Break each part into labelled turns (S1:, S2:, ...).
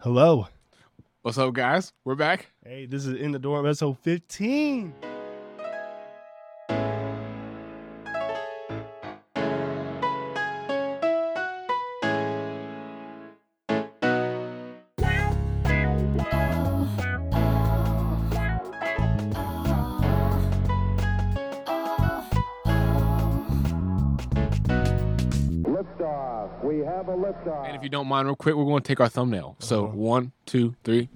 S1: Hello.
S2: What's up, guys? We're back.
S1: Hey, this is In the Dorm episode 15.
S3: Liftoff. We have a liftoff.
S2: And if you don't mind, real quick, we're going to take our thumbnail. So
S1: Uh-huh.
S2: one, two, three.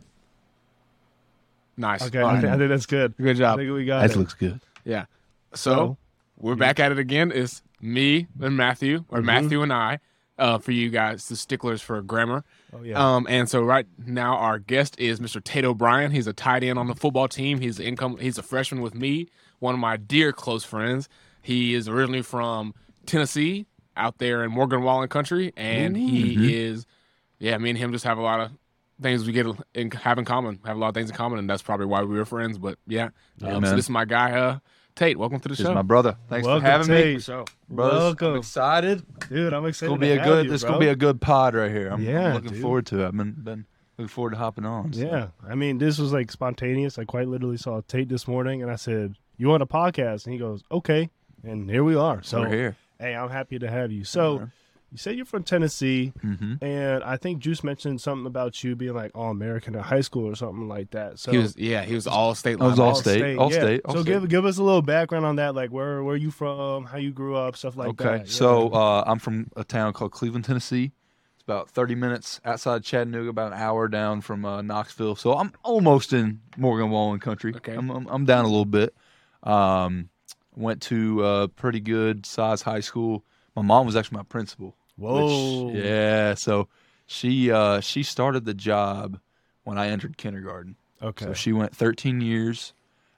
S2: Nice.
S1: Okay,
S2: All
S1: I,
S2: right.
S1: thi- I think that's good.
S2: Good
S1: I
S2: job.
S1: think we got
S4: That
S1: it.
S4: looks good.
S2: Yeah. So
S1: So,
S2: we're back at it again. It's me and Matthew, or
S1: Mhm.
S2: Matthew and I, uh, for you guys, the sticklers for grammar.
S1: oh yeah.
S2: Um, and so right now our guest is Mr. Tate O'Brien. He's a tight end on the football team. He's income. He's a freshman with me, one of my dear close friends. He is originally from Tennessee, out there in Morgan Wallen country, and he
S4: Mm-hmm.
S2: is, yeah. Me and him just have a lot of things we get in, have in common. Have a lot of things in common, and that's probably why we were friends. But yeah,
S4: Yeah,
S2: um, so
S4: man.
S2: this is my guy, uh, Tate. Welcome to the
S4: This is
S2: show.
S4: my brother. Thanks
S1: Welcome,
S4: for having
S1: Tate.
S4: me. So, brothers,
S1: Welcome.
S4: I'm excited.
S1: dude, I'm
S4: It's
S1: excited.
S4: gonna be
S1: to
S4: a
S1: have
S4: good.
S1: you,
S4: This
S1: bro.
S4: gonna be a good pod right here. I'm, I'm
S1: Yeah,
S4: looking
S1: dude.
S4: forward to it. I've been, been looking forward to hopping on. so.
S1: Yeah, I mean, this was like spontaneous. I quite literally saw Tate this morning, and I said, "You want a podcast?" And he goes, "Okay." And here we are. So,
S4: we're here.
S1: hey, I'm happy to have you. So,
S4: Sure.
S1: you say you're from Tennessee,
S4: hmm
S1: and I think Juice mentioned something about you being like All American in high school or something like that. So,
S2: he was, yeah, he was all state.
S4: I was all
S2: linebacker.
S4: state. all state, all
S1: so
S4: state.
S1: give give us a little background on that, like where where you from, how you grew up, stuff like that.
S4: okay,
S1: Yeah.
S4: so uh, I'm from a town called Cleveland, Tennessee. It's about 30 minutes outside Chattanooga, about an hour down from uh, Knoxville. So I'm almost in Morgan Wallen country.
S2: Okay.
S4: I'm, I'm, I'm down a little bit. Um, went to a pretty good size high school. My mom was actually my principal.
S1: whoa,
S4: Which, yeah. So she uh, she started the job when I entered kindergarten.
S1: okay,
S4: So she went 13 years.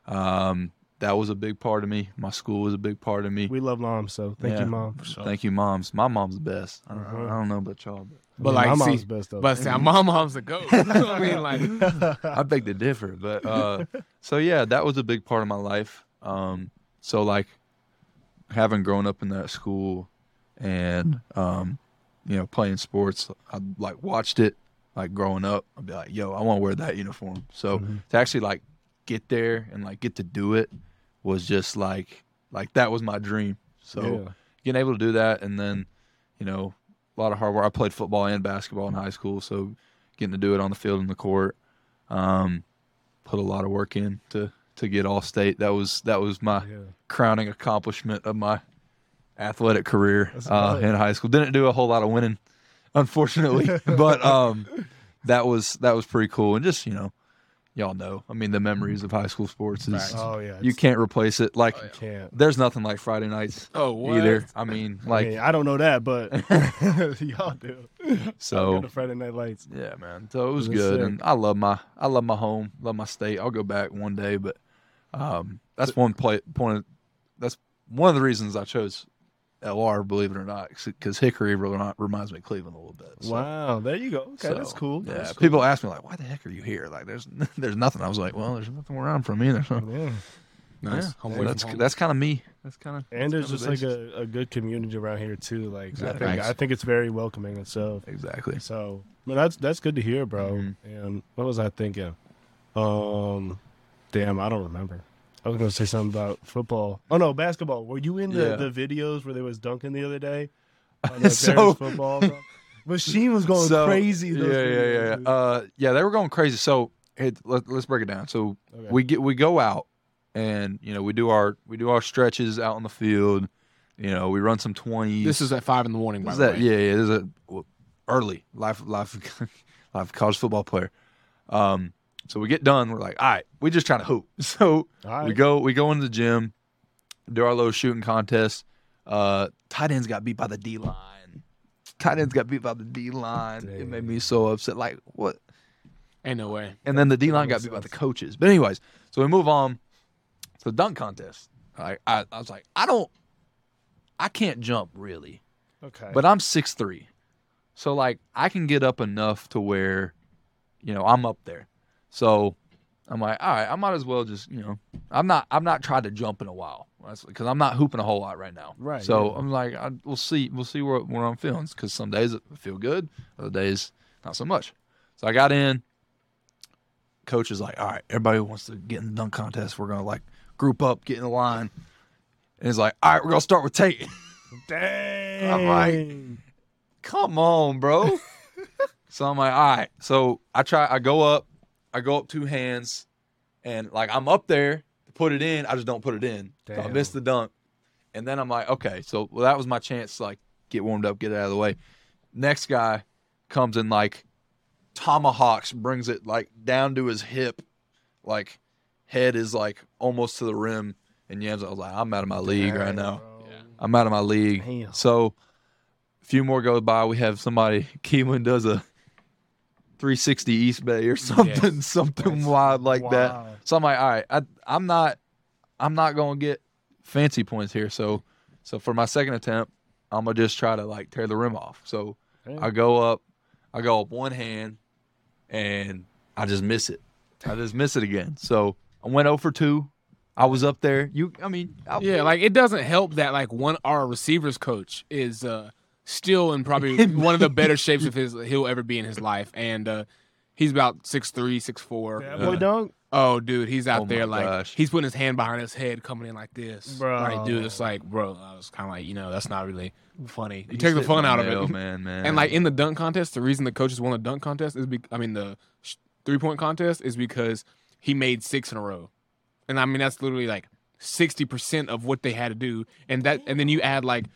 S4: Um, that was a big part of me. My school was a big part of me.
S1: we love mom, so thank
S4: Yeah.
S1: you, mom.
S4: Thank you, moms. My mom's the best. I don't, I
S1: Mhm.
S4: don't know about y'all,
S2: But
S1: I mean,
S2: like,
S1: my
S2: see-
S1: mom's best though.
S2: But see,
S4: Mm-hmm.
S2: my mom's a goat. I mean, like,
S4: but I beg to differ. But uh, so yeah, that was a big part of my life. Um, so like having grown up in that school and um, you know playing sports, I like watched it like growing up. I'd be like, yo, I want to wear that uniform. So
S1: Mhm.
S4: to actually like get there and like get to do it was just like like that was my dream. So
S1: Yeah.
S4: getting able to do that and then you know a lot of hard work i played football and basketball in high school so getting to do it on the field and the court um, put a lot of work in to to get all state that was that was my
S1: Yeah.
S4: crowning accomplishment of my athletic career
S1: That's
S4: uh,
S1: good.
S4: in high school didn't do a whole lot of winning unfortunately but um, that was that was pretty cool and just you know y'all know i mean the memories of high school sports is
S2: Facts.
S1: Oh yeah,
S4: you
S1: it's-
S4: can't replace it like
S2: Oh, yeah.
S1: can't.
S4: there's nothing like friday nights
S2: oh, what?
S4: either i mean like
S1: Like I, don't know that, but y'all do.
S4: So-
S1: the Friday Night Lights.
S4: Yeah, man. So it was
S1: That's
S4: good,
S1: sick.
S4: and I love my I love my home, love my state. I'll go back one day, but um, that's one play, point. Of, that's one of the reasons I chose LR, believe it or not, because Hickory really not, reminds me of Cleveland a little bit. So,
S1: wow, there you go. Okay,
S4: so,
S1: that's cool.
S4: Yeah,
S1: That's cool.
S4: people ask me like, "Why the heck are you here?" Like, there's there's nothing. I was like, "Well, there's nothing where I'm from either." So,
S1: Yeah.
S2: Nice.
S4: yeah.
S2: Home
S4: So
S2: away
S4: that's
S2: from home.
S4: that's kind of me. That's kind of
S1: And there's just like a, a good community around here too. Like
S4: Exactly.
S1: I think
S2: Nice.
S1: I think it's very welcoming itself.
S4: exactly.
S1: So, but that's that's good to hear, bro.
S4: Mhm.
S1: And what was I thinking? Um, damn, I don't remember. I was gonna say something about football. Oh no, basketball. Were you in the,
S4: Yeah.
S1: the videos where there was dunking the other day? On that
S4: So-
S1: Bears football. bro? Machine was going
S4: So-
S1: crazy. Those
S4: yeah, yeah, yeah,
S1: videos,
S4: yeah. Uh, yeah, they were going crazy. So hey, let, let's break it down. So
S1: dude. Okay.
S4: we get we go out and you know we do our we do our stretches out on the field you know we run some 20s
S2: This is at five in the morning.
S4: This
S2: By
S4: is
S2: the
S4: that
S2: way.
S4: yeah yeah this is a well, early life life life college football player um so we get done we're like all right we just trying to hoop so
S1: All right.
S4: we go we go into the gym do our little shooting contest uh tight ends got beat by the d line tight ends got beat by the d line it made me so upset like what
S2: Ain't no way.
S4: and then the D line got beat by the coaches. But anyways, so we move on to the dunk contest. I, I, I was like, I don't, I can't jump really,
S1: Okay.
S4: but I'm 6'3". So like I can get up enough to where, you know, I'm up there. So I'm like, all right, I might as well just, you know, I'm not, I'm not tried to jump in a while because I'm not hooping a whole lot right now.
S1: Right,
S4: So
S1: yeah.
S4: I'm like, I, we'll see, we'll see where where I'm feeling because some days I feel good, other days not so much. So I got in. Coach is like, all right, everybody who wants to get in the dunk contest, we're gonna like group up, get in the line. And he's like, all right, we're gonna start with Tate.
S1: Dang.
S4: Come on, bro. so I'm like, all right. So I try, I go up, I go up two hands, and like I'm up there to put it in. I just don't put it in. So I
S1: Damn.
S4: miss the dunk. And then I'm like, okay, so well, that was my chance to like get warmed up, get it out of the way. Next guy comes and like tomahawks, brings it like down to his hip, like head is like almost to the rim. And Yams, I was like, I'm out of my league right now.
S2: Yeah.
S4: I'm out of my league.
S1: Damn.
S4: So a few more go by. We have somebody, Keelan does a 360 East Bay or something, something
S1: That's
S4: wild like that.
S1: wild.
S4: So I'm like, all right, I, I'm not, I'm not gonna get fancy points here. So, so for my second attempt, I'm gonna just try to like tear the rim off. So
S1: Damn.
S4: I go up, I go up one hand, and I just miss it. I just miss it again. So I went 0 for two. I was up there. You, I mean, I,
S2: Yeah, like it doesn't help that like one our receivers coach is uh still in probably one of the better shapes of his he'll ever be in his life, and uh he's about six three, six four.
S1: That
S4: Uh,
S1: boy dunk.
S2: Oh, dude, he's out
S4: Oh my
S2: there like
S4: gosh.
S2: he's putting his hand behind his head, coming in like this.
S1: Bro.
S2: Like, dude, it's like, bro, I was kind of like, you know, that's not really funny. You
S4: He's
S2: take the
S4: hitting
S2: fun out of
S4: nail,
S2: it,
S4: man, man.
S2: And like in the dunk contest, the reason the coaches won the dunk contest is, be- I mean, the sh- three point contest is because he made six in a row, and I mean that's literally like sixty percent of what they had to do, and that, and then you add like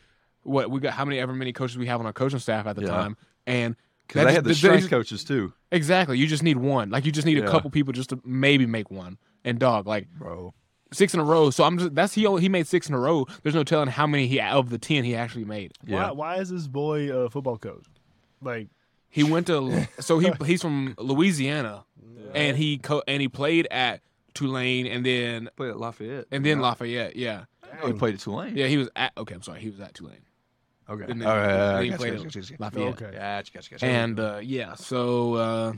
S2: what we got, how many ever many coaches we have on our coaching staff at the
S4: Yeah.
S2: time, and
S4: Because
S2: that
S4: they
S2: just-
S4: had the
S2: that
S4: strength
S2: just-
S4: coaches too,
S2: exactly, you just need one, like you just need
S4: Yeah.
S2: a couple people just to maybe make one, and dog, like
S4: bro.
S2: six in a row. So I'm just that's he only, he made six in a row. There's no telling how many he of the ten he actually made.
S4: Yeah,
S1: Why, why is this boy a football coach? Like,
S2: He went to so he he's from Louisiana, and he co- and he played at Tulane and then
S4: played at Lafayette,
S2: and then Lafayette. Yeah,
S4: oh, he played at Tulane.
S2: yeah. He was at okay. I'm sorry. He was at Tulane.
S4: Okay.
S2: And then,
S4: All right, all
S2: then
S4: right,
S2: he
S4: gotcha,
S2: played
S4: gotcha,
S2: at
S4: gotcha, gotcha.
S2: Lafayette.
S1: Okay.
S4: Gotcha, gotcha, gotcha.
S2: And uh, yeah, so uh,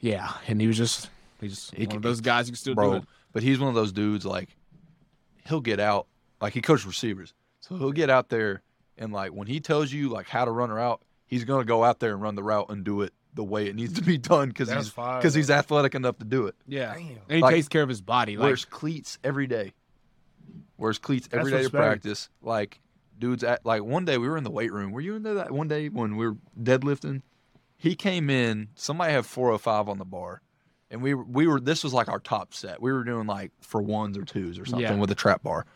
S2: yeah, and he was just he just
S4: He
S2: one
S4: can-
S2: of those guys who can still do
S4: bro,
S2: it.
S4: but he's one of those dudes like he'll get out like he coached receivers, so he'll get out there and like when he tells you like how to run a route, he's gonna go out there and run the route and do it the way it needs to be done because
S1: That's
S4: he's
S1: fire.
S4: because he's athletic enough to do it.
S2: Yeah,
S1: Damn.
S2: and he
S4: Like-
S2: takes care of his body. Like
S4: wears cleats every day. Wears cleats every
S1: That's
S4: day to
S1: respect.
S4: practice. Like dudes at like one day we were in the weight room. Were you in there that one day when we were deadlifting? He came in, somebody had 405 on the bar. And we we were this was like our top set. We were doing like for ones or twos or something
S2: Yeah.
S4: with a trap bar.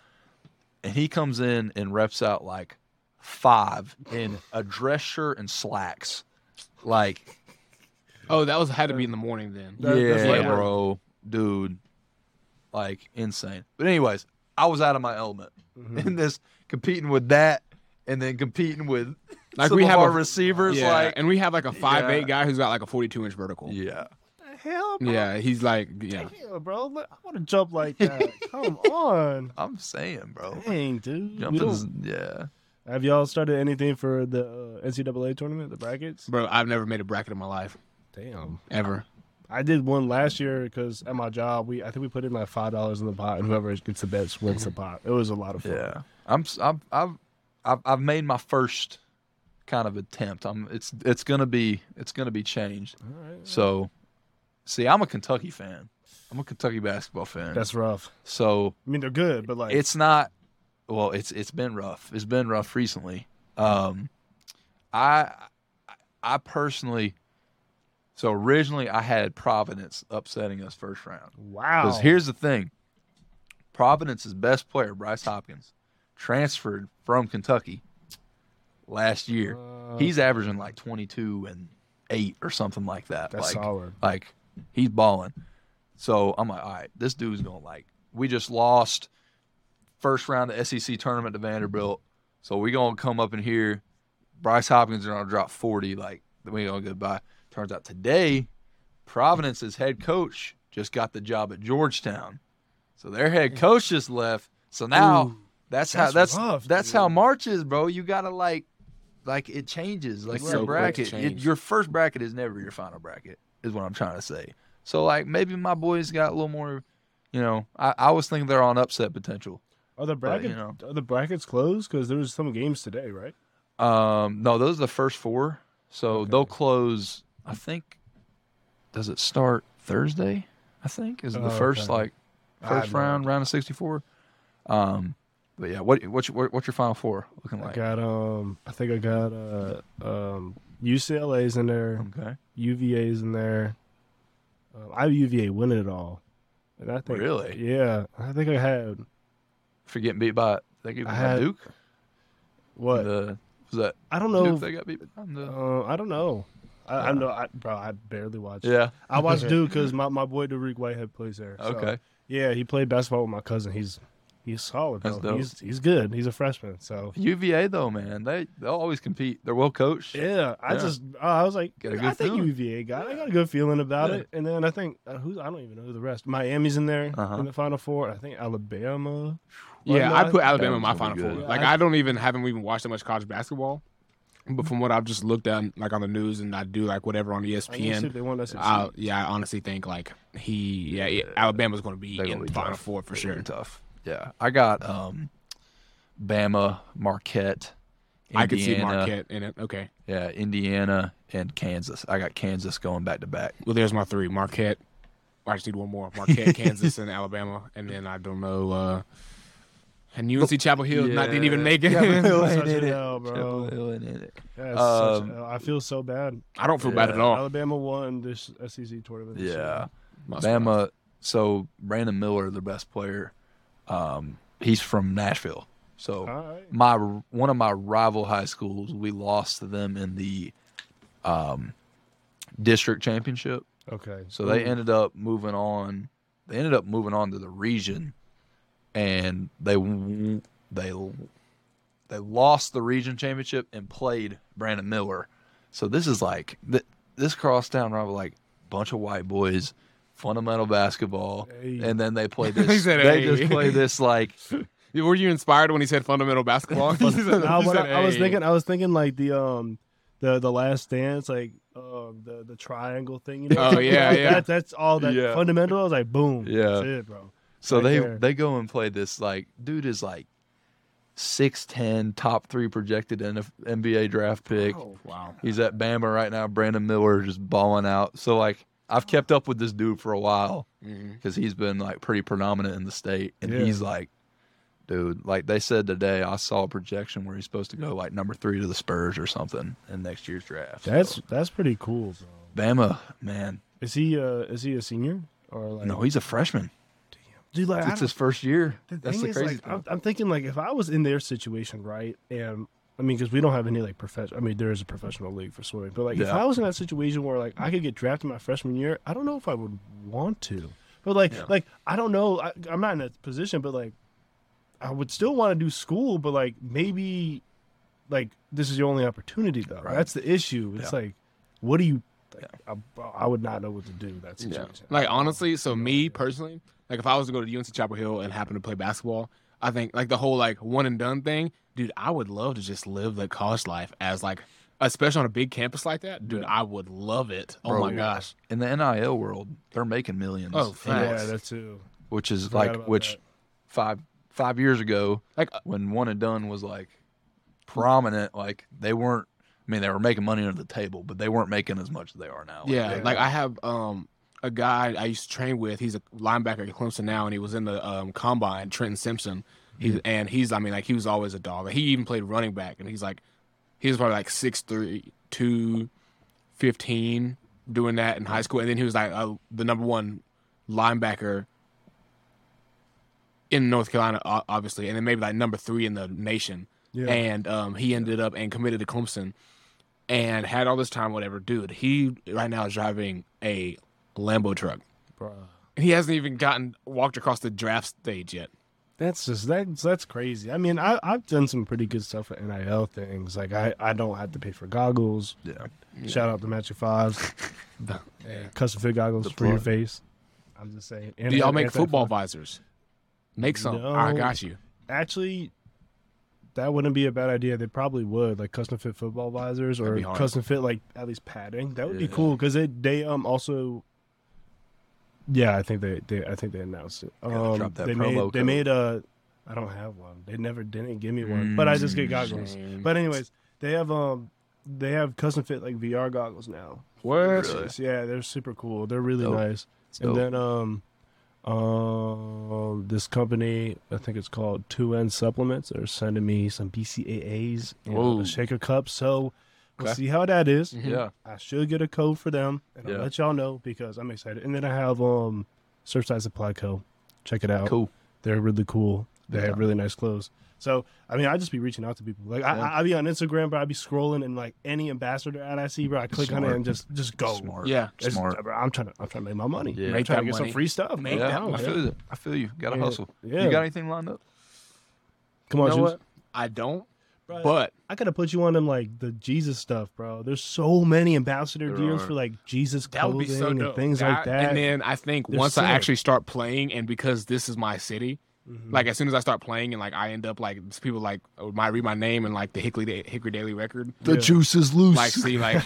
S4: And he comes in and reps out like five in a dress shirt and slacks. Like
S2: oh, that was had to be in the morning then.
S1: That-
S4: yeah,
S1: that's
S2: like-
S4: bro, dude, like insane. But anyways, I was out of my element
S1: Mm-hmm.
S4: in this competing with that, and then competing with
S2: Like,
S4: some
S2: we
S4: of
S2: have
S4: our
S2: a-
S4: receivers.
S2: Yeah,
S4: Like,
S2: and we have like a five
S4: Yeah.
S2: eight guy who's got like a 42 inch vertical.
S4: yeah,
S1: hell, bro.
S2: Yeah, he's like, yeah.
S1: Damn, bro. Look, I want to jump like that. Come on.
S4: I'm saying, bro,
S1: Dang, dude. We
S4: jumping's
S1: don't-
S4: yeah.
S1: Have y'all started anything for the uh, NCAA tournament, the brackets?
S2: Bro, I've never made a bracket in my life
S1: Damn.
S2: ever.
S1: I did one last year because at my job, we I think we put in like five dollars in the pot, and whoever gets the best wins the pot. It was a lot of fun.
S4: Yeah, I'm. s- I've. I've. I've, I've made my first kind of attempt. I'm. It's. It's gonna be. It's gonna be changed.
S1: All right.
S4: So, see, I'm a Kentucky fan. I'm a Kentucky basketball fan.
S1: That's rough.
S4: so
S1: I mean, they're good, but like
S4: it's not well it's it's been rough it's been rough recently um i i personally so originally i had providence upsetting us first round
S1: wow.
S4: because here's the thing providence's best player bryce hopkins transferred from kentucky last year
S1: Uh,
S4: he's averaging like 22 and 8 or something like that
S1: that's
S4: like,
S1: solid.
S4: like he's balling. So I'm like, all right, this dude's gonna like. We just lost first round of SEC tournament to Vanderbilt, so we gonna come up in here. Bryce Hopkins are gonna drop 40. Like we gonna go by. Turns out today, Providence's head coach just got the job at Georgetown, so their head coach just left. So now
S1: Ooh,
S4: that's how
S1: that's
S4: that's
S1: rough,
S4: that's
S1: dude.
S4: how March is, bro. You gotta like like it changes. Like
S2: It's
S4: your
S2: so quick to
S4: bracket, it-
S2: change.
S4: your first bracket is never your final bracket, is what I'm trying to say. So like maybe my boys got a little more, you know. I, I was thinking they're on upset potential.
S1: Are the
S4: but, you
S1: brackets are the brackets closed? Because there was some games today, right?
S4: Um, no, those are the first four. So they'll close. I think does it start Thursday? I think is the
S1: Oh,
S4: first
S1: okay.
S4: like
S1: I
S4: first
S1: know.
S4: round round of sixty four. Um, but yeah, what what's your, what's your final four looking
S1: I
S4: like?
S1: got um, I think I got uh, um, UCLA's in there,
S4: Okay,
S1: UVA's in there. Um, I have UVA winning it all, and I think
S4: Really?
S1: yeah, I think I had
S4: for getting beat by they get
S1: I
S4: beat by
S1: had-
S4: Duke.
S1: what
S4: The was that
S1: I don't
S4: Duke
S1: know.
S4: they got beat by? The,
S1: Uh, I don't know. I, I
S4: Uh.
S1: know, I, bro. I barely watched.
S4: yeah.
S1: I watched Duke because my, my boy Derek Whitehead plays there. so-
S4: Okay.
S1: Yeah, he played basketball with my cousin. He's he's solid.
S4: That's
S1: Bro.
S4: dope.
S1: He's he's good. He's a freshman. So
S4: UVA though, man, they they will always compete. They're well coached.
S1: yeah, I
S4: Yeah.
S1: just uh, I was like,
S4: Got a
S1: I
S4: good
S1: think
S4: feeling.
S1: UVA got. I got a good feeling about
S4: Yeah.
S1: it. And then I think uh, who's I don't even know who the rest. Miami's in there
S4: Uh-huh.
S1: in the Final Four. I think Alabama.
S2: Yeah,
S1: Well,
S2: I
S1: no,
S2: put Alabama in my
S4: Alabama's gonna
S2: final
S4: be
S2: four.
S4: good.
S1: Yeah,
S2: Like
S1: I-
S2: I don't even haven't even watched that much college basketball, but from what I've just looked at, like on the news and I do like whatever on E
S1: I need to see
S2: ESPN.
S1: if they won that.
S2: I, yeah, I honestly think like he, yeah, it- Alabama's going to be
S4: They're gonna
S2: in
S4: be
S2: the final
S4: tough.
S2: four for
S4: They're
S2: sure.
S4: Tough. Yeah, I got um, Bama, Marquette.
S2: I could see
S4: Indiana.
S2: Marquette in it. Okay,
S4: Yeah, Indiana and Kansas. I got Kansas going back to back.
S2: well, there's my three: Marquette. I just need one more: Marquette, Kansas, and Alabama. And then I don't know. uh And UNC Chapel Hill not, didn't even
S4: Oh, Yeah.
S2: make it.
S1: Hill ain't
S4: Such
S1: in
S4: an
S1: it.
S4: L, bro.
S1: Chapel Yeah,
S4: Um,
S1: I feel so bad.
S2: I don't feel bad
S4: Yeah.
S2: at all.
S1: Alabama won this SEC tournament. this
S4: Yeah.
S1: year.
S4: Bama. So Brandon Miller, the best player, um, he's from Nashville. So
S1: All right.
S4: my one of my rival high schools, we lost to them in the um, district championship.
S1: Okay.
S4: So they ended up moving on. They ended up moving on to the region, and they w- they l- they lost the region championship and played Brandon Miller. So this is like th- this crosstown rival, like bunch of white boys, fundamental basketball,
S1: Hey.
S4: and then they played
S2: He
S4: this.
S2: said,
S4: they
S2: "Hey."
S4: just play this like
S2: Were you inspired when he said fundamental basketball? He said-
S1: No,
S2: he
S1: what
S2: said,
S1: I, I was
S2: "Hey."
S1: thinking, I was thinking like the um, the the last dance, like um, the the triangle thing. You know?
S2: Oh, yeah,
S1: Like,
S2: yeah.
S1: That, that's all that
S4: Yeah.
S1: fundamental. I was like, boom.
S4: Yeah.
S1: That's it, bro.
S4: So
S1: right
S4: they
S1: there.
S4: they go and play this like dude is like six ten, top three projected NF NBA draft pick.
S2: Oh, Wow.
S4: He's at Bama right now. Brandon Miller just balling out. So like I've kept up with this dude for a while
S2: Mhm.
S4: because he's been like pretty predominant in the state, and
S1: Yeah.
S4: he's like, dude, like they said today, I saw a projection where he's supposed to go like number three to the Spurs or something in next year's draft. So,
S1: That's that's pretty cool, bro.
S4: Bama, man.
S1: Is he uh is he a senior or like
S4: No, he's a freshman.
S1: Dude, like I
S4: It's
S1: don't-
S4: his first year.
S1: the
S4: That's
S1: thing
S4: the
S1: is,
S4: crazy
S1: like,
S4: thing.
S1: I'm, I'm thinking like if I was in their situation, right, and I mean, because we don't have any like professional. I mean, there is a professional league for swimming, but like if
S4: Yeah.
S1: I was in that situation where like I could get drafted my freshman year, I don't know if I would want to. But like,
S4: Yeah.
S1: like I don't know. I, I'm not in that position, but like, I would still want to do school, but like maybe, like this is your only opportunity though.
S4: Right.
S1: That's the issue. It's
S4: Yeah.
S1: like, what do you? Like, I, I would not know what to do in that
S2: Yeah.
S1: situation.
S2: Like honestly, so me personally, like if I was to go to UNC Chapel Hill and happen to play basketball, I think like the whole like one and done thing, dude, I would love to just live the college life as like especially on a big campus like that, dude, I would love it. Oh
S4: Bro,
S2: my
S4: yeah.
S2: gosh.
S4: in the NIL world, they're making millions.
S2: Oh, facts.
S1: yeah, that too.
S4: which is
S1: Forgot
S4: like
S1: about
S4: which
S1: that.
S4: five five years ago,
S2: Like uh,
S4: when one and done was like prominent, like they weren't. I mean, they were making money under the table, but they weren't making as much as they are now. Like,
S2: Yeah,
S4: they-
S2: like I have um a guy I used to train with. He's a linebacker at Clemson now, and he was in the um, combine. Trenton Simpson. He and he's I mean like he was always a dog. He even played running back, and he's like he was probably like six three two fifteen doing that in high school, and then he was like uh, the number one linebacker in North Carolina, o- obviously, and then maybe like number three in the nation.
S1: Yeah.
S2: And um, he ended up and committed to Clemson and had all this time, whatever. Dude, he right now is driving a Lambo truck.
S1: Bruh.
S2: And he hasn't even gotten walked across the draft stage yet.
S1: That's just that's that's crazy. I mean, I I've done some pretty good stuff with NIL things. Like I I don't have to pay for goggles.
S4: yeah,
S1: Shout out to Magic Fives, custom fit goggles
S4: The
S1: for your
S4: plug.
S1: face. I'm just saying. And-
S2: Do y'all
S1: and
S2: make
S1: anti-flag.
S2: football visors? Make some. I
S1: No.
S2: got you.
S1: Actually, that wouldn't be a bad idea. They probably would like custom fit football visors
S2: That'd
S1: or
S2: be hard.
S1: custom fit like at least padding. That would be
S4: Yeah.
S1: cool because they they um also. Yeah, I think they, they I think they announced it.
S4: Gotta
S1: Um,
S4: drop that
S1: they
S4: promo
S1: made they
S4: code.
S1: made a. I
S4: Mm,
S1: don't have one. They never didn't give me one, but I just get goggles.
S2: Shame.
S1: But anyways, they have um they have custom fit like VR goggles now.
S2: What?
S4: Really?
S1: Yeah, they're super cool. They're really
S4: Dope.
S1: nice.
S4: Dope.
S1: And then um, um, this company I think it's called Two N Supplements are sending me some BCAAs and
S2: Whoa.
S1: a shaker cup. So we'll
S4: Okay.
S1: see how that is.
S2: Mhm.
S4: Yeah.
S1: I should get a code for them, and
S4: Yeah.
S1: I'll let y'all know because I'm excited. And then I have um, Surfside Supply Co. Check it out.
S4: Cool.
S1: They're really cool. They
S4: Yeah.
S1: have really nice clothes. So I mean, I just be reaching out to people. Like I,
S4: Yeah.
S1: I, I be on Instagram, but I be scrolling and like any ambassador ad I see, bro, I click on
S4: Smart.
S1: it and just just go.
S4: Smart.
S2: Yeah.
S1: It's- uh,
S4: Smart.
S1: bro, I'm trying to I'm trying to make my money.
S4: Yeah.
S1: I'm
S2: Make
S1: trying
S2: that
S1: to get
S2: money.
S1: some free stuff.
S2: Make
S1: man.
S2: that
S1: Yeah.
S4: I feel you. I feel you. Gotta
S1: Yeah.
S4: hustle.
S1: Yeah.
S4: You got anything lined up?
S1: Come on,
S2: You know
S1: Juice.
S2: what? I don't.
S1: Bro,
S2: But
S1: I gotta put you on them like the Jesus stuff, bro. There's so many ambassador
S4: There
S1: deals
S4: are.
S1: for like Jesus
S2: that would
S1: clothing
S2: be so
S1: and
S2: dope.
S1: things like that.
S2: And then I think
S1: They're
S2: once I
S1: sick.
S2: actually start playing, and because this is my city,
S1: Mhm.
S2: like as soon as I start playing, and like I end up like people like might read my name and like the Hickory da- Hickory Daily Record,
S1: The Yeah.
S4: juice is loose.
S2: like see like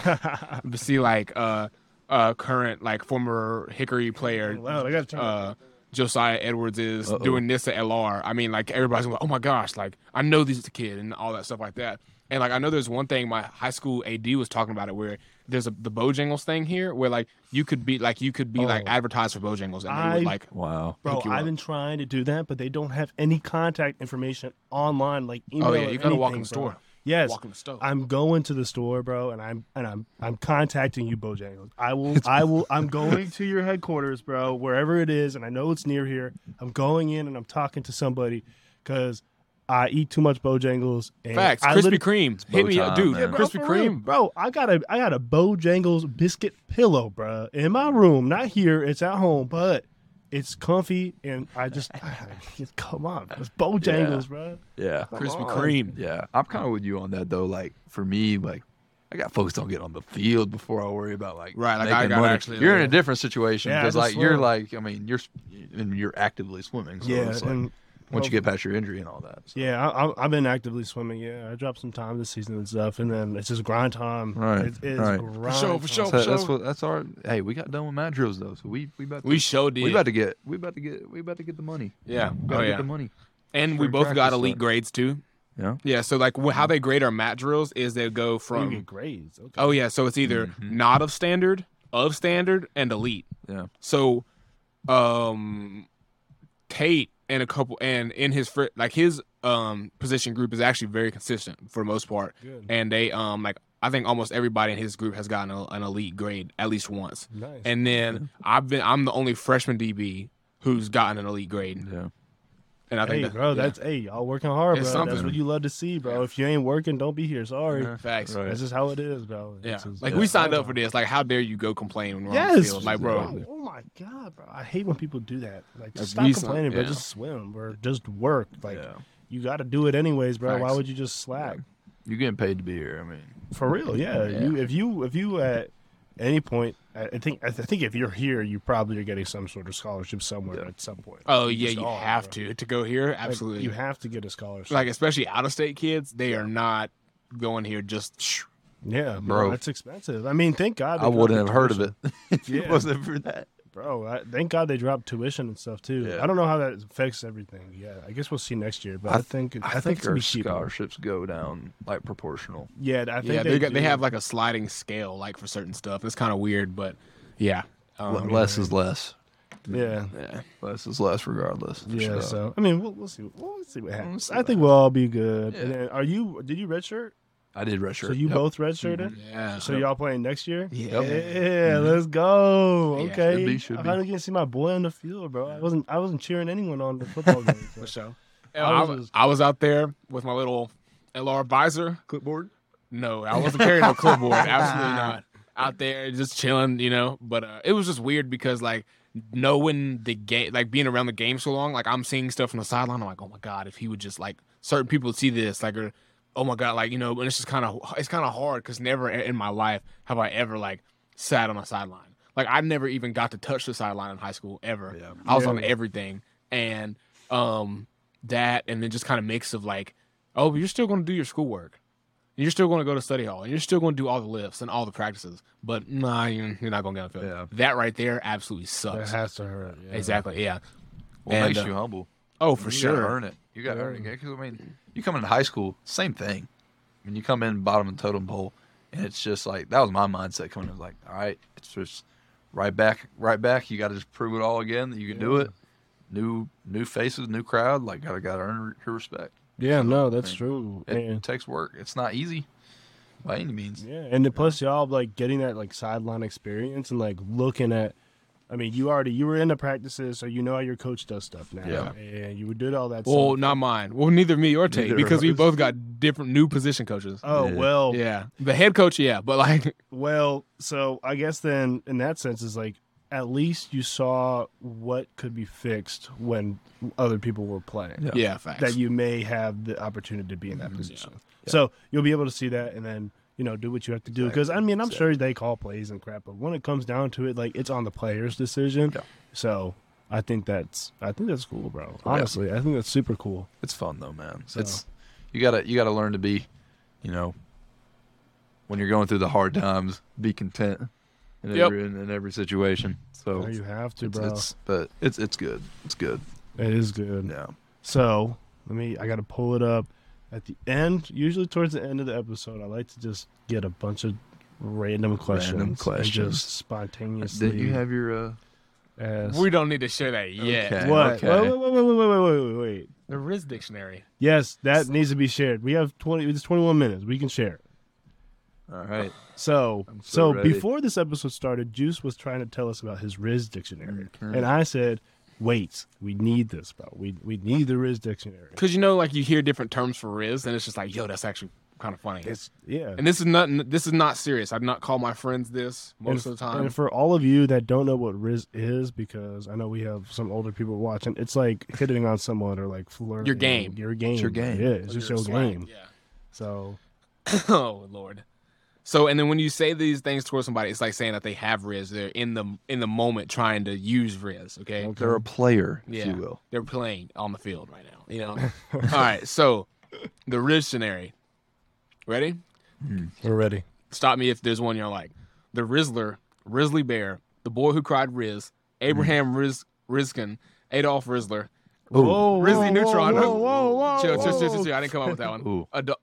S2: see like uh uh current like former Hickory player
S1: Oh, Wow, I gotta check
S2: uh Josiah Edwards is
S4: Uh-oh.
S2: doing this at LR. I mean, like everybody's like, oh my gosh, like I know this kid and all that stuff like that. And like I know there's one thing my high school AD was talking about it where there's a the Bojangles thing here where like you could be like you could be like
S1: Oh.
S2: advertised for Bojangles and they
S1: I-
S2: would like
S4: Wow.
S1: Bro,
S2: hook you
S1: I've
S2: up.
S1: been trying to do that, but they don't have any contact information online, like email.
S2: oh yeah
S1: or
S2: you gotta walk in the
S1: anything, bro.
S2: store
S1: Yes,
S2: walk in the store
S1: Oh. I'm going to the store, bro, and I'm and I'm I'm contacting you, Bojangles. I will, I will, I'm going to your headquarters, bro, wherever it is, and I know it's near here. I'm going in and I'm talking to somebody because I eat too much Bojangles. And
S2: facts
S1: I
S2: Krispy
S1: lit-
S2: Kreme
S4: bow
S2: hit me up
S4: time,
S2: dude
S4: man. Yeah,
S1: Bro,
S2: Krispy
S1: for real,
S2: Kreme
S1: bro. I got a I got a Bojangles biscuit pillow, bro, in my room. Not here, it's at home, but it's comfy, and I just come on, bro. it's Bojangles, bro.
S4: Yeah.
S1: Come
S2: Krispy
S1: on.
S2: Kreme
S4: Yeah. I'm kind of with you on that though. Like for me, like I got focused on getting on the field before I worry about like
S2: Right, like, I
S4: making
S2: gotta
S4: money.
S2: actually,
S4: You're in a
S2: like-
S4: different situation
S1: Yeah, I
S4: because
S1: just
S4: like you're
S1: swim.
S4: like I mean you're and you're actively swimming. So
S1: Yeah,
S4: it's like,
S1: and
S4: once you get past your injury and all that. so-
S1: Yeah, I, I, I've been actively swimming. Yeah, I dropped some time this season and stuff, and then it's just grind time.
S4: Right,
S1: it is
S4: right.
S1: grind.
S2: For sure,
S1: time.
S2: for sure.
S4: So that's what that's our hey. We got done with mad drills though, so we we about to,
S2: we showed
S4: we
S2: did
S4: about to get we about to get we about to get the money.
S2: yeah
S4: We
S2: oh
S4: gotta get
S2: yeah
S4: the money.
S2: and we
S4: for
S2: both got
S4: practice,
S2: elite
S4: like-
S2: grades too
S4: Yeah.
S2: yeah so like wh- how they grade our mat drills is they go
S1: You
S2: from
S1: get grades. Okay.
S2: Oh yeah, so it's either
S1: Mm-hmm.
S2: not of standard, of standard, and elite.
S4: Yeah.
S2: So, um, Tate and a couple, and in his fr- like his um position group is actually very consistent for the most part,
S1: good.
S2: and they um like I think almost everybody in his group has gotten a, an elite grade at least once.
S1: Nice.
S2: And then I've been I'm the only freshman DB who's gotten an elite grade,
S4: Yeah.
S2: and I think
S1: hey,
S2: that-
S1: bro,
S2: yeah,
S1: that's hey, y'all working hard,
S2: It's
S1: bro. That's
S2: something.
S1: what you love to see, bro. If you ain't working, don't be here. Sorry,
S4: Yeah.
S2: facts.
S4: Right.
S1: that's just how it is, bro.
S2: Yeah,
S1: It's just-
S2: like
S1: it's
S2: we signed up for
S1: grind
S2: this. Like, how dare you go complain when we're
S1: time.
S2: on the
S1: Yes,
S2: field? Like, bro,
S1: Oh my god, bro! I hate when people do that. Like, just
S2: Like, we
S1: stop
S2: signed-
S1: complaining, bro.
S2: yeah.
S1: Just swim, or just work. Like,
S4: yeah.
S1: you got to do it anyways, bro. Why
S2: Facts.
S1: would you just slack?
S4: You're getting paid to be here. I mean,
S1: For real, yeah.
S4: Yeah.
S1: You if you if you at any point, I I think I think if you're here, you probably are getting some sort of scholarship somewhere
S4: Yeah.
S1: at some point.
S2: Oh
S1: You
S2: yeah,
S1: just
S2: you
S1: are,
S2: have
S1: bro.
S2: to to go here.
S1: Like,
S2: Absolutely,
S1: you have to get a scholarship.
S2: like especially out of state kids, they are not going here just. shh.
S1: yeah,
S4: Bro.
S1: bro, that's expensive. I mean, thank God.
S4: I wouldn't have heard of it if it
S1: Yeah.
S4: wasn't for that.
S1: bro. I, thank God they dropped tuition and stuff too.
S4: Yeah.
S1: I don't know how that affects everything. Yeah, I guess we'll see next year. But
S4: I
S1: I, think I,
S4: I
S1: think,
S4: think
S1: it's gonna
S4: our
S1: be cheaper.
S4: scholarships go down like proportional.
S1: Yeah, I think
S2: Yeah,
S1: they,
S2: they got, they
S1: do.
S2: have like a sliding scale like for certain stuff. It's kind of weird, but yeah,
S4: Le-
S2: um,
S4: less is less.
S1: yeah.
S2: yeah.
S4: Less is less, regardless.
S1: Yeah,
S4: So,
S1: so I mean, we'll, we'll see. We'll see what happens.
S4: see
S1: I
S4: what
S1: think we'll all be good.
S4: Yeah.
S1: And then, are you? Did you redshirt?
S4: I did redshirt.
S1: So you
S4: Yep.
S1: both redshirted.
S2: yeah.
S1: So y'all playing next year?
S2: Yeah.
S1: Yeah,
S4: Mhm.
S1: let's go.
S2: Yeah,
S1: Okay.
S4: should be, should
S1: I
S4: be.
S1: finally get to see my boy on the field, bro. I wasn't I wasn't cheering anyone on the football game. so.
S2: for sure.
S1: I
S2: I
S1: was
S2: was,
S1: just-
S2: I was out there with my little LR visor clipboard. No, I wasn't carrying no clipboard. Absolutely not. Out there just chilling, you know. But uh, it was just weird because like knowing the game, like being around the game so long, like I'm seeing stuff from the sideline. I'm like, oh my god, if he would just like certain people would see this, like, or oh my god, like you know. And it's just kind of it's kind of hard because never in my life have I ever like sat on a sideline. Like I never even got to touch the sideline in high school ever.
S4: Yeah.
S2: I was
S1: Yeah.
S2: on everything and um that and then just kind of mix of like oh but you're still going to do your schoolwork and you're still going to go to study hall and you're still going to do all the lifts and all the practices but nah you're, you're not going to get on the
S4: Yeah.
S2: field that right there absolutely
S1: That
S2: sucks
S1: has to hurt. yeah.
S2: exactly yeah
S4: Well,
S2: and,
S4: it makes
S2: uh,
S4: you humble.
S2: oh for
S4: you Gotta
S2: sure
S4: earn it. You got to
S1: Yeah.
S4: earn it. Because I mean, you come into high school, same thing. When you come in bottom of the totem pole, And it's just like that was my mindset coming. in. It was like, all right, it's just right back, right back. You got to just prove it all again that you can do it. New, new faces, new crowd. Like, gotta gotta earn your respect.
S1: Yeah, no, that's
S4: mean,
S1: true.
S4: It
S1: And-
S4: takes work. It's not easy by any means.
S1: Yeah, and then plus y'all like getting that like sideline experience and like looking at. I mean, you already you were in the practices, so you know how your coach does stuff now.
S4: Yeah.
S1: and you did all that.
S2: Well,
S1: stuff.
S2: not mine. Well, neither me or Tate
S4: Neither
S2: because
S4: of
S2: we
S4: us.
S2: both got different new position coaches.
S1: Oh
S4: Yeah.
S1: well,
S2: Yeah, the head coach. Yeah, but like,
S1: well. So I guess then, in that sense, is like at least you saw what could be fixed when other people were playing.
S4: Yeah.
S2: yeah, facts.
S1: That you may have the opportunity to be in that
S4: Mm-hmm.
S1: position. So you'll be able to see that, and then you know do what you have to do. Because I mean, I'm sure they call plays and crap, but when it comes down to it, like it's on the player's decision.
S4: Yeah.
S1: So I think that's I think that's cool, bro. Honestly, I think that's super cool.
S4: It's fun though, man.
S1: So-
S4: It's you gotta you gotta learn to be, you know, when you're going through the hard times, be content in
S2: Yep.
S4: every in, in every situation. So
S1: you have to,
S4: it's,
S1: bro.
S4: it's but it's it's good. It's good.
S1: it is good.
S4: Yeah.
S1: So let me. I got to pull it up at the end. Usually towards the end of the episode, I like to just get a bunch of random questions, and
S4: questions.
S1: just spontaneously.
S4: Did you have your uh
S1: ask-
S2: we don't need to share that yet.
S4: Okay.
S1: what?
S4: Okay.
S1: Wait, wait, wait, wait, wait, wait, wait, wait, wait.
S2: The Riz dictionary.
S1: Yes, that needs to be shared. We have twenty. It's twenty-one minutes. We can share. it.
S4: all right.
S1: So, so,
S4: so ready.
S1: before this episode started, Juice was trying to tell us about his Riz dictionary,
S4: Mhm.
S1: and I said, "Wait, we need this, bro. We we need the Riz dictionary."
S2: Because you know, like you hear different terms for Riz, and it's just like, yo, that's actually kind of funny.
S1: It's yeah.
S2: and this is not this is not serious. I'd not call my friends this most
S1: and,
S2: of the time.
S1: and for all of you that don't know what Riz is, because I know we have some older people watching, it's like hitting on someone or like flirting.
S2: Your game. Oh,
S1: Your game.
S4: your game.
S1: Yeah, it's just
S2: You're
S1: your
S2: a slut,
S1: game.
S2: Yeah.
S1: So
S2: oh lord so and then when you say these things towards somebody it's like saying that they have riz they're in the in the moment trying to use riz okay,
S4: They're a player, if
S2: Yeah.
S4: you will.
S2: they're playing on the field right now you know all right so the riz scenario ready
S1: we're ready.
S2: stop me if there's one you're like the rizzler risley bear the boy who cried riz
S1: Mm.
S2: abraham riz rizkin adolf rizzler
S4: Ooh.
S2: Rizzy Neutron.
S1: Whoa, whoa, whoa.
S2: Chill, chill, chill, chill,
S1: whoa.
S2: chill. I didn't come up with that one.
S4: Ooh.
S2: A do-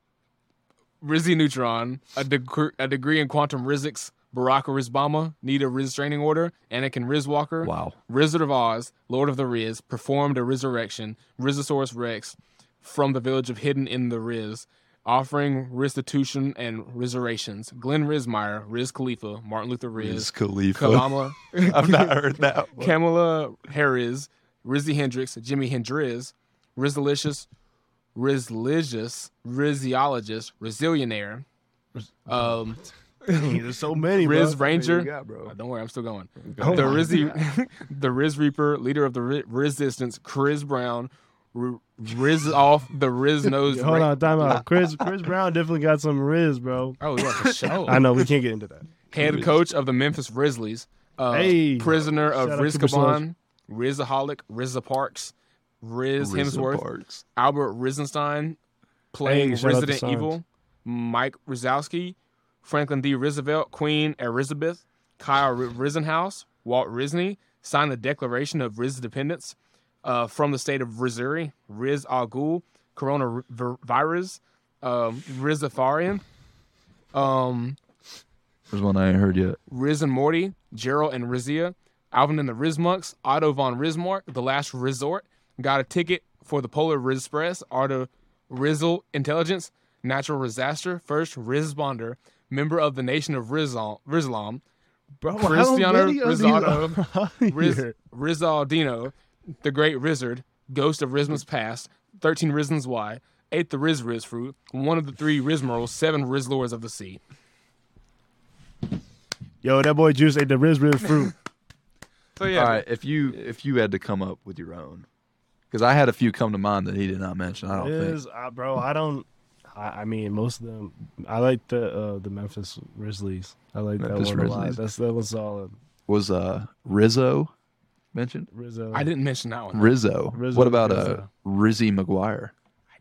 S2: Rizzy Neutron, a, deg- a degree in quantum rizics, Barack Rizbama, Nita Riz Training Order, Anakin Rizwalker,
S4: Wow.
S2: Wizard of Oz, Lord of the Riz, performed a resurrection, Rizosaurus Rex, from the village of Hidden in the Riz, offering restitution and resurrections, Glenn Rizmeyer, Riz Khalifa, Martin Luther
S4: Riz
S2: Riz,
S4: Khalifa.
S2: Kalama,
S4: I've not heard that one.
S2: Kamala Harris, Rizzy Hendrix, Jimi Hendrix, Rizalicious, Rizlicious, Riziologist, Resilionaire, um,
S1: Dang, There's so many. bro.
S2: Riz Ranger.
S4: Yeah, bro.
S2: Uh, Don't worry, I'm still going.
S1: Oh
S2: the
S1: my
S2: Rizzy, the Riz Reaper, leader of the Ri- Resistance, Chris Brown, R- Riz off the Riz Nose.
S1: Hold
S2: Ra-
S1: on, time out. Chris Chris Brown definitely got some Riz, bro.
S2: Oh, yeah, for sure.
S1: I know we can't get into that.
S2: head coach of the Memphis Grizzlies, uh,
S1: Hey.
S2: prisoner of
S1: Shout out to
S2: Rizkaban, Rizaholic, Rizza Parks, Riz
S4: Rizzo
S2: Hemsworth,
S4: Parks.
S2: Albert Risenstein playing
S1: Hey, shout out to
S2: Resident
S1: Sons.
S2: Evil, Mike Rizowski, Franklin D. Roosevelt, Queen Elizabeth, Kyle R- Risenhouse, Walt Risney signed the Declaration of Riz Dependence uh, from the state of Missouri, Riz Al Ghul, coronavirus, um, Rizafarian, um,
S4: There's one I ain't heard yet.
S2: Riz and Morty, Gerald and Rizia, Alvin and the Rizmucks, Otto von Rizmark, The Last Resort, got a ticket for the Polar Riz Express, Art of Rizzle Intelligence, Natural Disaster, First Rizbonder, member of the Nation of Rizal, Rizlam,
S1: Bro, how
S2: Cristiano
S1: many of these
S2: Rizzardo,
S1: are out
S2: Riz,
S1: here?
S2: Rizaldino, The Great Rizzard, Ghost of Rizma's Past, 13 Rizmans Why, Eighth the Riz Riz Fruit, one of the three Rizmerals, seven Rizlords of the Sea.
S1: Yo, that boy Juice ate the Riz Riz fruit.
S2: So yeah,
S4: All right, if you if you had to come up with your own, because I had a few come to mind that he did not mention. I don't think.
S1: Riz, uh, bro, I don't. I, I mean, most of them. I like the uh, the Memphis Grizzlies. I like
S4: Memphis
S1: that one a lot.
S4: Grizzlies.
S1: That's that was solid.
S4: was uh Rizzo mentioned?
S1: Rizzo.
S2: I didn't mention that one.
S4: Rizzo.
S1: Rizzo,
S4: what about uh
S1: Rizzo.
S4: Rizzy McGuire?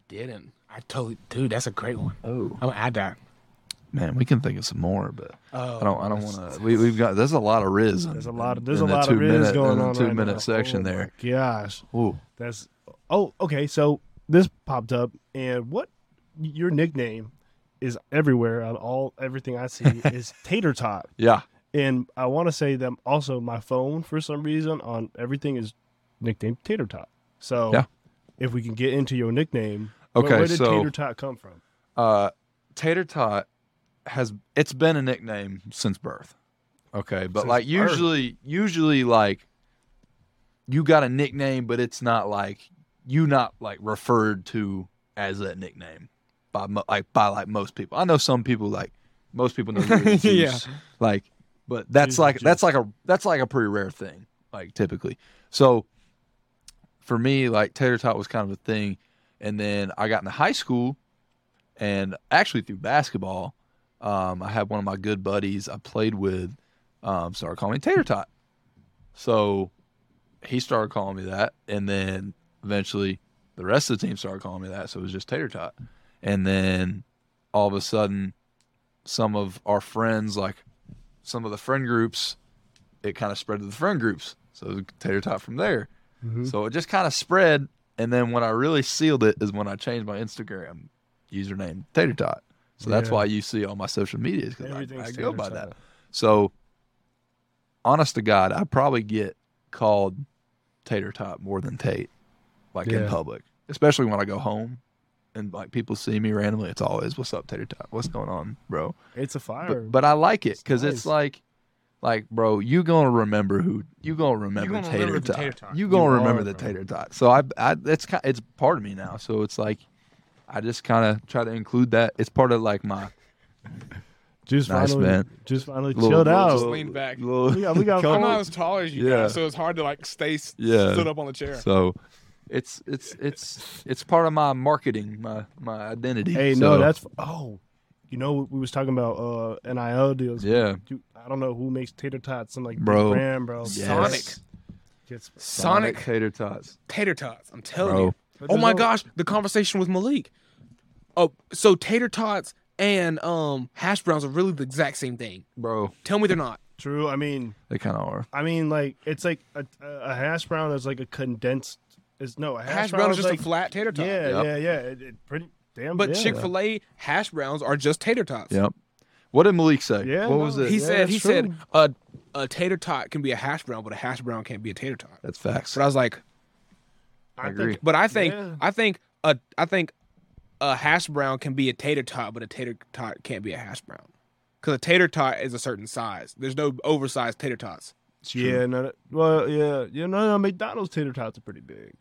S2: didn't. I totally, dude, that's a great one.
S4: Oh
S2: I'm gonna add that.
S4: man, we can think of some more, but
S2: Oh,
S4: I don't. I don't want to. We, we've got. There's a lot of Riz. in-
S1: There's a lot of
S4: in-
S1: there's
S4: in
S1: a
S4: the
S1: lot of Riz
S4: minute, in
S1: going
S4: the
S1: on.
S4: Two
S1: right
S4: minute
S1: now.
S4: section
S1: Oh my
S4: there.
S1: Gosh,
S4: Ooh,
S1: that's. Oh, okay. So this popped up, and what your nickname is everywhere on all everything I see is tater tot.
S4: Yeah.
S1: And I want to say that also my phone for some reason on everything is nicknamed Tater Tot. So
S4: Yeah.
S1: if we can get into your nickname, where-
S4: Okay,
S1: where did
S4: so-
S1: Tater Tot come from?
S4: Uh, Tater Tot has it's been a nickname since birth. Okay, but
S1: Since
S4: like
S1: birth.
S4: usually, usually like you got a nickname, but it's not like you not like referred to as that nickname by mo- like by like most people. I know some people like most people know Rootin'
S2: Yeah.
S4: Juice, like, but that's
S1: Juice
S4: like
S1: is
S4: that's like a that's like a pretty rare thing like typically. So for me, like tater tot was kind of a thing, and then I got into high school, and actually through basketball, um, I had one of my good buddies I played with um, started calling me tater tot. So he started calling me that, and then eventually the rest of the team started calling me that. So it was just tater tot, and then all of a sudden, some of our friends, like some of the friend groups, it kind of spread to the friend groups. So it was tater tot from there.
S1: Mm-hmm.
S4: So it just kind of spread, and then when I really sealed it is when I changed my Instagram username tater tot. So that's
S1: Yeah.
S4: why you see all my social medias because I,
S1: Everything's
S4: I go
S1: Tater
S4: by
S1: Tot.
S4: that. So, honest to God, I probably get called Tater Tot more than Tate, like in
S1: Yeah.
S4: public, especially when I go home and like people see me randomly. It's always, "What's up, Tater Tot? What's going on, bro?"
S1: It's a fire.
S4: But, but I like it because
S1: nice.
S4: it's, like, like, bro, you gonna remember who you gonna remember,
S2: gonna
S4: tater,
S2: remember the
S4: tot.
S2: Tater Tot.
S4: You gonna
S1: You
S4: remember
S1: are,
S4: the
S1: bro.
S4: Tater Tot. So I, I, that's kind, it's part of me now. So it's like, I just kind of try to include that. It's part of like my
S1: Juice
S4: nice,
S1: finally,
S4: man.
S1: Juice finally
S4: Little-
S1: chilled
S4: little-
S1: out.
S2: Just lean back.
S4: little.
S1: We got- we got
S2: Oh, I'm
S1: Come
S2: not
S1: on.
S2: as tall as you
S4: Yeah.
S2: guys, so it's hard to like stay s-
S4: Yeah.
S2: stood up on the chair.
S4: So it's it's it's it's part of my marketing, my my identity.
S1: Hey, no,
S4: So,
S1: that's oh, you know we was talking about uh NIL deals.
S4: yeah.
S1: Dude, I don't know who makes tater tots. Some like big
S4: Bro.
S1: brand, bro.
S4: Yes.
S2: Sonic,
S1: Gets-
S2: Sonic,
S4: tater tots.
S2: tater tots. I'm telling
S4: Bro.
S2: you.
S1: But
S2: Oh
S1: there's
S2: my
S1: no-
S2: gosh, the conversation with Malik. Oh, so tater tots and um hash browns are really the exact same thing.
S4: Bro,
S2: Tell me they're not.
S1: True. I mean,
S4: they kind of are.
S1: I mean, like it's like a, a hash brown is like a condensed. Is no a hash,
S2: Hash, brown is just
S1: like,
S2: a flat tater tot.
S1: Yeah,
S4: Yep.
S1: yeah, yeah. It, it pretty damn.
S2: But
S1: yeah.
S2: Chick Fil A hash browns are just tater tots.
S4: Yep. What did Malik say?
S1: Yeah,
S4: What
S1: no,
S4: was it?
S2: He
S1: Yeah,
S2: said
S1: that's
S2: he
S1: true.
S2: said a a tater tot can be a hash brown, but a hash brown can't be a tater tot.
S4: that's facts.
S2: But I was like,
S1: I
S4: agree.
S1: Think,
S2: but I think
S1: Yeah.
S2: I think a I think a hash brown can be a tater tot, but a tater tot can't be a hash brown. Because a tater tot is a certain size. There's no oversized tater tots.
S1: yeah, no, no, well, yeah, yeah, no, no. McDonald's tater tots are pretty big.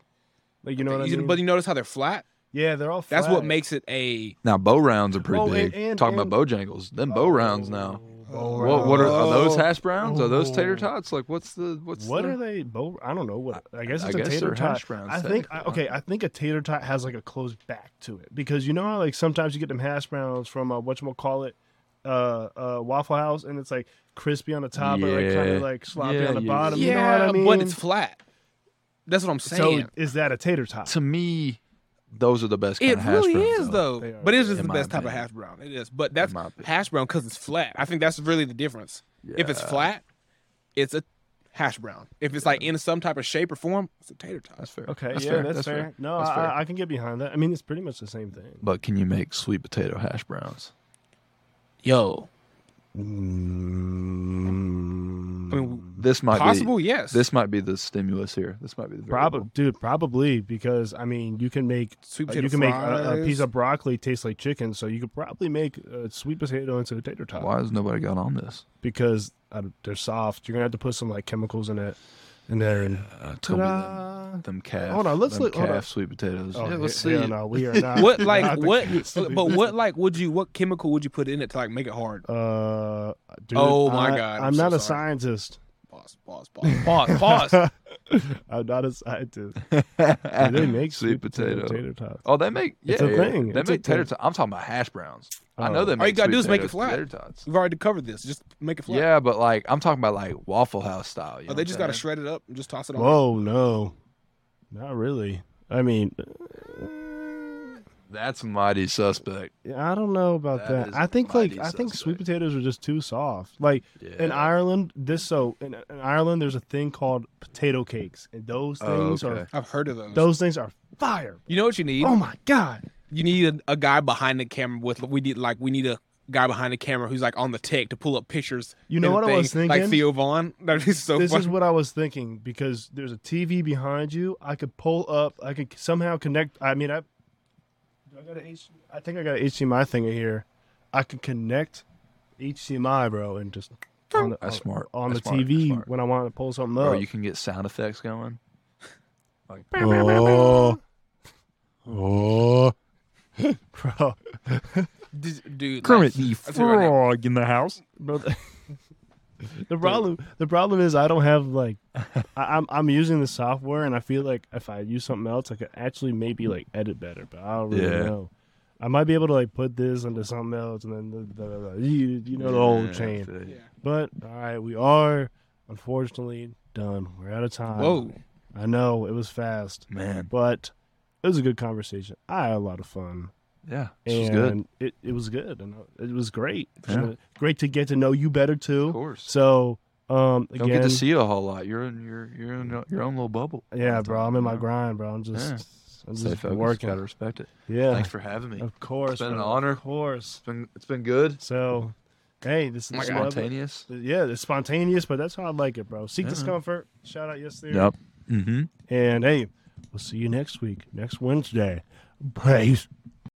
S1: Like you know what
S2: You-
S1: I mean?
S2: But you notice how they're flat?
S1: yeah, they're all. Flat.
S2: That's what makes it a
S4: Now bow rounds are pretty
S1: Oh, and-
S4: big.
S1: and-
S4: Talking
S1: and-
S4: about bojangles, them bow rounds now. What, what are, are those hash browns? Are those
S2: Oh.
S4: tater tots? Like what's the what's
S1: What
S4: the,
S1: are they? Bo- I don't know what. I guess
S4: I
S1: it's a
S4: guess
S1: tater
S4: they're
S1: tot.
S4: hash browns,
S1: I think I,
S4: technically,
S1: okay. I think a tater tot has like a closed back to it because you know how like sometimes you get them hash browns from uh, what call it, uh, uh, Waffle House, and it's like crispy on the top but like kind
S4: Yeah.
S1: of like sloppy
S4: Yeah,
S1: on the
S4: yeah,
S1: bottom.
S2: yeah,
S1: you know what I mean?
S2: but it's flat. That's what I'm
S1: so
S2: saying.
S1: is that a tater tot?
S4: to me, those are the best kind
S2: it
S4: of hash
S2: really
S4: browns,
S2: is though,
S1: They are,
S2: but it is just
S4: in
S2: the
S4: my
S2: best type of
S4: opinion.
S2: hash brown. It is, but that's
S4: my opinion.
S2: hash brown because it's flat. I think that's really the difference. If it's
S4: Yeah.
S2: flat, it's a hash brown. If it's like in some type of shape or form, it's a tater tot.
S4: That's fair.
S1: Okay,
S4: That's
S1: yeah,
S4: fair.
S1: that's, fair. No,
S4: That's
S1: I,
S4: fair.
S1: I- I can get behind that. I mean, it's pretty much the same thing.
S4: But can you make sweet potato hash browns?
S2: Yo, I
S1: Mm,
S2: mean,
S4: This might be
S2: possible, yes.
S4: This might be the stimulus here. This might be the
S1: probably,
S4: variable.
S1: dude, probably because I mean, you can make
S2: sweet
S1: uh,
S2: potato
S1: you can make a, a
S2: fries.
S1: piece of broccoli taste like chicken, so you could probably make a sweet potato into a tater tot
S4: Why has nobody got on this?
S1: because uh, they're soft. You're gonna have to put some like chemicals in it, in there. And
S4: Uh, Toby, them,
S1: Ta-da!
S4: them calf.
S1: Hold on, let's
S4: them
S1: look- hold
S4: calf
S1: on.
S4: sweet potatoes.
S1: Oh,
S4: yeah, let's
S1: he-
S4: see.
S1: hell No, we are not.
S2: what
S1: not
S2: like
S1: the-
S2: what? But what like would you? What chemical would you put in it to like make it hard?
S1: Uh, dude,
S2: Oh my
S1: I-
S2: God,
S1: I'm,
S2: I'm so
S1: not a
S2: sorry.
S1: scientist.
S2: Pause. Pause. Pause. Pause. Pause.
S1: I'm not a scientist.
S4: Do
S1: they make
S4: sweet potato?
S1: tater tots?
S4: Oh, they make yeah,
S1: It's a
S4: yeah,
S1: thing.
S4: They
S1: It's a
S4: make tater
S1: thing.
S4: tots. I'm talking about hash browns. I know
S1: Oh.
S4: they
S1: All
S4: make
S2: you gotta do
S4: sweet
S2: is make it
S4: potatoes,
S2: flat.
S4: Tater tots.
S2: We've already covered this. Just make it flat.
S4: Yeah, but like I'm talking about like Waffle House style. You
S2: Or
S4: know
S2: they
S4: what
S2: just
S4: I'm
S2: gotta
S4: saying?
S2: shred it up and just toss it on.
S1: Whoa, no, not really. I mean,
S4: That's mighty suspect.
S1: Yeah, I don't know about
S4: That
S1: that.
S4: is
S1: I think like
S4: mighty
S1: I think sweet
S4: suspect.
S1: potatoes are just too soft. Like in
S4: Yeah.
S1: Ireland, this so in, in Ireland there's a thing called potato cakes, and those
S4: Oh,
S1: things
S4: okay.
S1: are
S2: I've heard of those.
S1: those things are fire.
S2: You know what you need?
S1: Oh my god!
S2: you need a, a guy behind the camera with we need like we need a guy behind the camera who's like on the tech to pull up pictures.
S1: You know
S2: and
S1: what I was
S2: things, Like
S1: thinking?
S2: Theo Vaughn. That'd be so
S1: this
S2: funny.
S1: is what I was thinking because there's a TV behind you. I could pull up. I could somehow connect. I mean, I do I got a H, I think I got a HDMI thing in here. I could connect HDMI, bro, and just on the,
S4: That's
S1: on-
S4: smart.
S1: on
S4: That's
S1: the
S4: smart. That's
S1: TV
S4: smart.
S1: when I want to pull something
S4: Or
S1: up.
S4: you can get sound effects going. Like,
S1: oh, oh, bro,
S2: Did- dude, like,
S4: Kermit the
S2: I'll tell you right now.
S4: Frog in the house.
S1: bro. The, the problem, the problem is I don't have like, I, I'm I'm using the software, and I feel like if I use something else, I could actually maybe like edit better, but I don't really
S4: Yeah.
S1: know. I might be able to like put this into something else, and then the, the, the, the- you, you know the whole
S4: Yeah,
S1: chain.
S4: I feel you.
S1: But all right, we are unfortunately done. We're out of time.
S2: Whoa.
S1: I know it was fast,
S4: Man,
S1: but it was a good conversation. I had a lot of fun.
S4: yeah, this was
S1: And
S4: good.
S1: It, it was good. And uh, it was great.
S4: Yeah.
S1: And uh, Great to get to know you better
S4: Of
S1: too.
S4: course.
S1: So um
S4: Don't
S1: again,
S4: get to see you a whole lot. You're in your you're in your own little bubble.
S1: yeah, bro, I'm in my
S4: Yeah.
S1: grind, bro. I'm just I'm
S4: Stay
S1: just
S4: focused.
S1: working.
S4: Gotta respect it.
S1: Yeah.
S4: Thanks for having me. It's
S1: Of course.
S4: been an
S1: bro.
S4: honor.
S1: Of course.
S4: been it's been good.
S1: So hey, this
S2: Oh my
S1: is
S2: God.
S4: Spontaneous.
S1: Yeah, it's spontaneous, but that's how I like it, bro. Seek
S4: Yeah.
S1: discomfort. Shout out yes there.
S4: Yep. Mm-hmm.
S1: And hey, we'll see you next week, next Wednesday. Peace.